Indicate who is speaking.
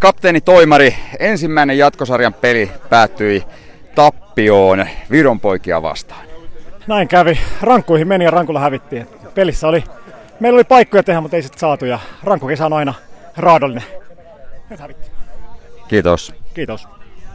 Speaker 1: kapteeni Toimari, ensimmäinen jatkosarjan peli päättyi tappioon Viron poikia vastaan.
Speaker 2: Näin kävi. Rankkuihin meni ja rankulla hävittiin. Et pelissä oli, meillä oli paikkoja tehdä, mutta ei sitten saatu ja rankkukesä on aina raadollinen. Nyt hävittiin.
Speaker 1: Kiitos.
Speaker 2: Kiitos.